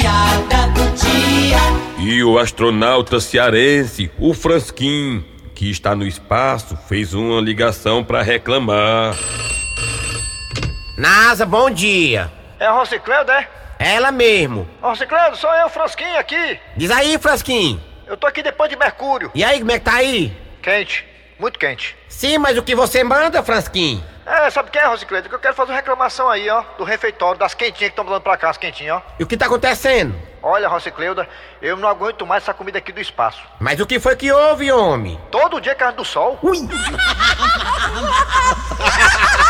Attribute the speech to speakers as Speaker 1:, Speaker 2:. Speaker 1: piada do dia.
Speaker 2: E o astronauta cearense, o Fransquim, que está no espaço, fez uma ligação para reclamar.
Speaker 3: NASA, bom dia.
Speaker 4: É a Rocicleudo, é?
Speaker 3: Ela mesmo.
Speaker 4: Rocicleudo, sou eu, Frosquinho, aqui.
Speaker 3: Diz aí, Frasquinho.
Speaker 4: Eu tô aqui depois de Mercúrio.
Speaker 3: E aí, como é que tá aí?
Speaker 4: Quente, muito quente.
Speaker 3: Sim, mas o que você manda, Frasquinho?
Speaker 4: É, sabe o que é, Rocicleudo? Que eu quero fazer uma reclamação aí, ó, do refeitório, das quentinhas que estão mandando pra cá, as quentinhas, ó.
Speaker 3: E o que tá acontecendo?
Speaker 4: Olha, Rocicleuda, eu não aguento mais essa comida aqui do espaço. é
Speaker 3: Mas o que foi que houve, homem?
Speaker 4: Todo dia carne do sol.
Speaker 3: Ui!